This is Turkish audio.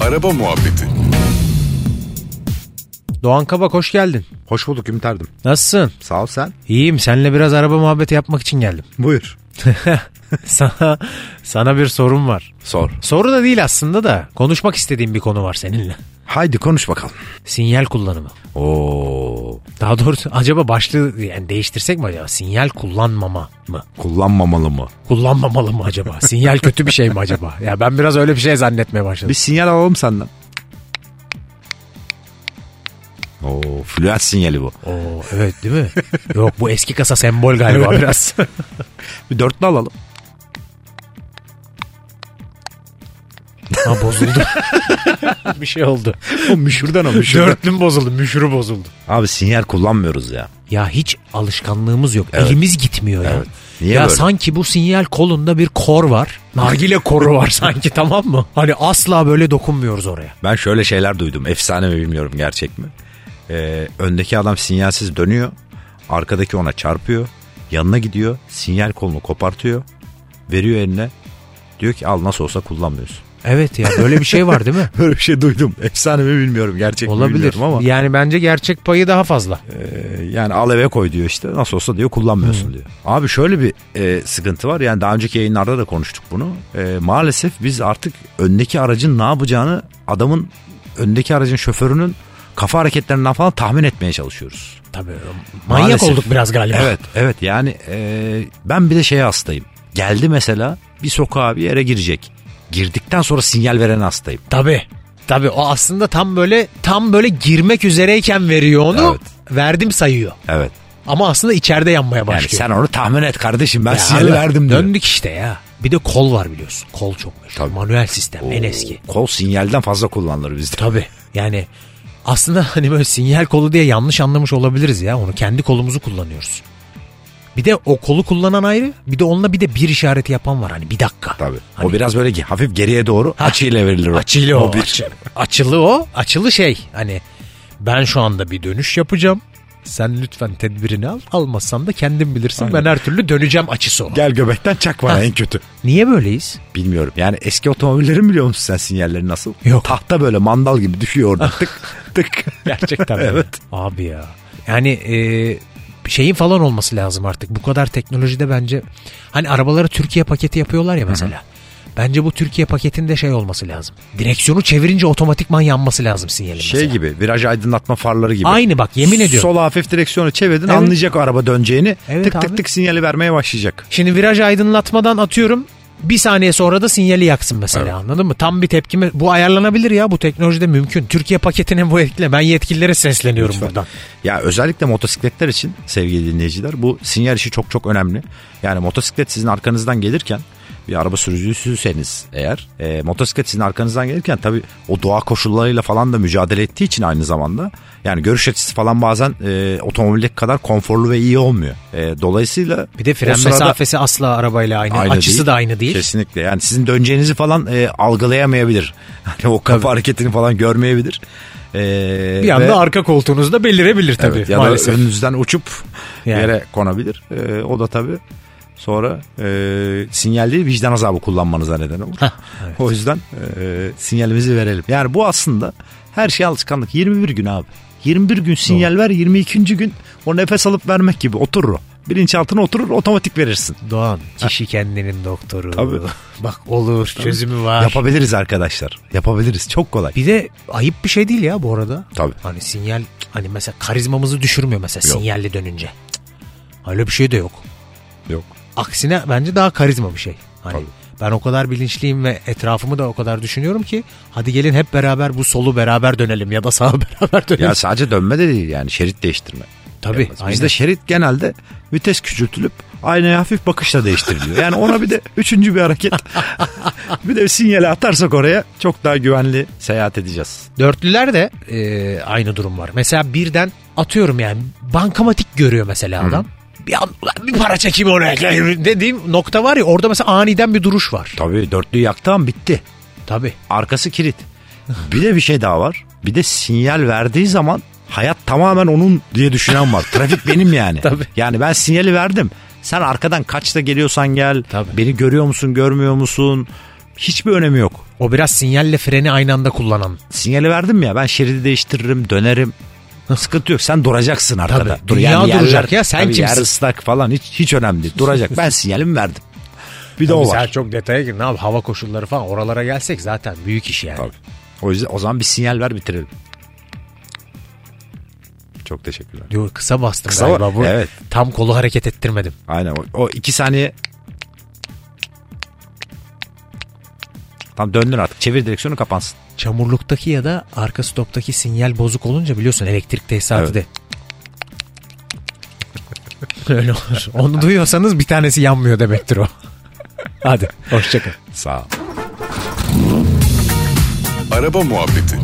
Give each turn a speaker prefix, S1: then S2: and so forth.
S1: Araba Muhabbeti
S2: Doğan Kabak hoş geldin.
S3: Hoş bulduk Ümiter'dim.
S2: Nasılsın?
S3: Sağ ol sen.
S2: İyiyim. Seninle biraz araba muhabbeti yapmak için geldim.
S3: Buyur.
S2: Sana sana bir sorum var.
S3: Sor.
S2: Soru da değil aslında da konuşmak istediğim bir konu var seninle.
S3: Haydi konuş bakalım.
S2: Sinyal kullanımı.
S3: Oo.
S2: Daha doğrusu acaba başlığı yani değiştirsek mi acaba? Sinyal kullanmama mı?
S3: Kullanmamalı mı?
S2: Kullanmamalı mı acaba? Sinyal kötü bir şey mi acaba? Ya ben biraz öyle bir şey zannetmeye başladım.
S3: Bir sinyal alalım senden. Oo, fluat sinyali bu.
S2: Oo, evet değil mi? Yok bu eski kasa sembol galiba biraz.
S3: Bir dörtlü alalım.
S2: ha bozuldu. bir şey oldu.
S3: O müşürden o müşürden.
S2: Dörtlüm bozuldu, müşürü bozuldu.
S3: Abi sinyal kullanmıyoruz ya.
S2: Ya hiç alışkanlığımız yok. Elimiz gitmiyor ya.
S3: Evet. Niye
S2: ya
S3: böyle?
S2: sanki bu sinyal kolunda bir kor var. Nargile koru var sanki tamam mı? Hani asla böyle dokunmuyoruz oraya.
S3: Ben şöyle şeyler duydum. Efsane mi bilmiyorum gerçek mi? Ee, öndeki adam sinyalsiz dönüyor. Arkadaki ona çarpıyor. Yanına gidiyor. Sinyal kolunu kopartıyor. Veriyor eline. Diyor ki al nasıl olsa kullanmıyorsun.
S2: Evet ya böyle bir şey var değil mi?
S3: Böyle bir şey duydum. Efsane mi bilmiyorum. Gerçek mi
S2: Olabilir.
S3: bilmiyorum ama.
S2: Yani bence gerçek payı daha fazla.
S3: e, yani al eve koy diyor işte. Nasıl olsa diyor kullanmıyorsun diyor. Abi şöyle bir e, sıkıntı var. Yani daha önceki yayınlarda da konuştuk bunu. E, maalesef biz artık öndeki aracın ne yapacağını adamın öndeki aracın şoförünün kafa hareketlerinden falan tahmin etmeye çalışıyoruz.
S2: Tabii. Manyak
S3: Maalesef.
S2: olduk biraz galiba.
S3: Evet evet yani e, ben bir de şeye hastayım. Geldi mesela bir sokağa bir yere girecek. Girdikten sonra sinyal veren hastayım.
S2: Tabii. Tabii o aslında tam böyle tam böyle girmek üzereyken veriyor onu. Verdim sayıyor.
S3: Evet.
S2: Ama aslında içeride yanmaya
S3: Yani
S2: başlıyor.
S3: sen onu tahmin et kardeşim ben
S2: Ya
S3: sinyali
S2: abi,
S3: verdim diyor.
S2: Döndük işte ya. Bir de kol var biliyorsun. Kol çok meşhur.
S3: Tabii.
S2: Manuel sistem en eski.
S3: Kol sinyalden fazla kullanılır bizde.
S2: Tabii. Yani aslında hani böyle sinyal kolu diye yanlış anlamış olabiliriz ya. Onu kendi kolumuzu kullanıyoruz. Bir de o kolu kullanan ayrı. Bir de onunla bir de bir işareti yapan var. Hani bir dakika.
S3: Tabii.
S2: Hani
S3: o biraz böyle ge- hafif geriye doğru açıyla verilir o.
S2: açılı o.
S3: bir.
S2: açı- açılı o. Açılı şey. Hani ben şu anda bir dönüş yapacağım. Sen lütfen tedbirini al. Almazsan da kendin bilirsin. Ben her türlü döneceğim açısı o.
S3: Gel göbekten çak
S2: Ha.
S3: bana en kötü.
S2: Niye böyleyiz?
S3: Bilmiyorum. Yani eski otomobillerin biliyor musun sen sinyalleri nasıl?
S2: Yok. Ah.
S3: Tahta böyle mandal gibi düşüyor orada tık tık.
S2: Gerçekten mi?
S3: Evet.
S2: Abi ya. Yani e, şeyin falan olması lazım artık. Bu kadar teknolojide bence hani arabalara Türkiye paketi yapıyorlar ya mesela. Bence bu Türkiye paketinde şey olması lazım. Direksiyonu çevirince otomatikman yanması lazım sinyalin
S3: Şey
S2: mesela.
S3: gibi viraj aydınlatma farları gibi.
S2: Aynı bak yemin ediyorum.
S3: Sola hafif direksiyonu çevirdin
S2: Evet.
S3: anlayacak o araba döneceğini.
S2: Evet
S3: tık
S2: abi.
S3: tık tık sinyali vermeye başlayacak.
S2: Şimdi viraj aydınlatmadan atıyorum. Bir saniye sonra da sinyali yaksın mesela anladın mı? Tam bir tepkime bu ayarlanabilir ya bu teknolojide mümkün. Türkiye paketinin bu etkile ben yetkililere sesleniyorum
S3: Lütfen.
S2: buradan.
S3: Ya özellikle motosikletler için sevgili dinleyiciler bu sinyal işi çok çok önemli. Yani motosiklet sizin arkanızdan gelirken bir araba sürücüsüyseniz eğer e, motosiklet sizin arkanızdan gelirken tabii o doğa koşullarıyla falan da mücadele ettiği için aynı zamanda yani görüş açısı falan bazen e, otomobildeki kadar konforlu ve iyi olmuyor. E, dolayısıyla
S2: Bir de
S3: o
S2: fren
S3: sırada
S2: mesafesi asla arabayla aynı.
S3: aynı
S2: Açısı
S3: değil.
S2: da aynı değil.
S3: Kesinlikle yani sizin döneceğinizi falan e, algılayamayabilir. Hani o kafa hareketini falan görmeyebilir. E,
S2: Bir
S3: ve-
S2: anda arka koltuğunuzda belirebilir tabii
S3: Evet, ya
S2: maalesef.
S3: da önünüzden uçup
S2: Yani.
S3: yere konabilir. Ee, o da tabii sonra e, sinyal değil vicdan azabı kullanmanıza neden olur.
S2: Hah, evet.
S3: O yüzden e, sinyalimizi verelim. Yani bu aslında her şey alışkanlık. 21 gün abi. 21 gün sinyal ver 22. gün o nefes alıp vermek gibi oturur o. Bilinçaltına oturur otomatik verirsin.
S2: Doğan kişi kendinin doktoru.
S3: Tabii.
S2: Bak olur çözümü var.
S3: Yapabiliriz arkadaşlar. Yapabiliriz. Çok kolay.
S2: bir de ayıp bir şey değil ya bu arada.
S3: Tabii.
S2: Hani sinyal hani mesela karizmamızı düşürmüyor mesela
S3: Yok.
S2: sinyalle dönünce. Öyle bir şey de yok.
S3: Yok.
S2: Aksine bence daha karizma bir şey. Hani
S3: Tabii.
S2: ben o kadar bilinçliyim ve etrafımı da o kadar düşünüyorum ki hadi gelin hep beraber bu solu beraber dönelim ya da sağa beraber dönelim.
S3: Ya sadece dönme de değil yani şerit değiştirme.
S2: Tabii.
S3: Yapmaz.
S2: aynen.
S3: Bizde şerit genelde vites küçültülüp aynaya hafif bakışla değiştiriliyor. Yani ona bir de üçüncü bir hareket. bir de sinyali atarsak oraya çok daha güvenli seyahat edeceğiz.
S2: Dörtlüler de e, aynı durum var. Mesela birden atıyorum yani bankamatik görüyor mesela adam. Bir an "Ulan bir para çekeyim oraya dediğim nokta var ya orada mesela aniden bir duruş var.
S3: Tabii dörtlü yaktan bitti.
S2: Tabii.
S3: Arkası kilit. Bir de bir şey daha var. Bir de sinyal verdiği zaman hayat tamamen onun diye düşünen var. Trafik benim yani.
S2: Tabii.
S3: Yani ben sinyali verdim. Sen arkadan kaçta geliyorsan gel.
S2: Tabii.
S3: Beni görüyor musun görmüyor musun? hiçbir önemi yok.
S2: O biraz sinyalle freni aynı anda kullanan.
S3: Sinyali verdim ya ben şeridi değiştiririm dönerim. Sıkıntı yok sen duracaksın arkada.
S2: Tabii, dünya duracak ya, sen
S3: tabii Yer
S2: kimsin?
S3: ıslak falan hiç, hiç önemli değil. Duracak ben sinyalimi verdim. Bir de
S2: Tabii
S3: o
S2: sen
S3: var.
S2: çok detaya gir. Ne yap hava koşulları falan oralara gelsek zaten büyük iş yani.
S3: Tabii. O yüzden o zaman bir sinyal ver bitirelim. Çok teşekkürler.
S2: Diyor kısa bastım
S3: Kısa
S2: galiba
S3: ba-
S2: bu.
S3: evet.
S2: Tam kolu hareket ettirmedim.
S3: Aynen o, o iki saniye Tam döndün artık. Çevir direksiyonu kapansın.
S2: Çamurluktaki ya da arka stoptaki sinyal bozuk olunca biliyorsun elektrik tesisatı
S3: Evet.
S2: de. Öyle olur. Onu duyuyorsanız bir tanesi yanmıyor demektir o. Hadi hoşçakal.
S3: Sağ ol.
S1: Araba Muhabbeti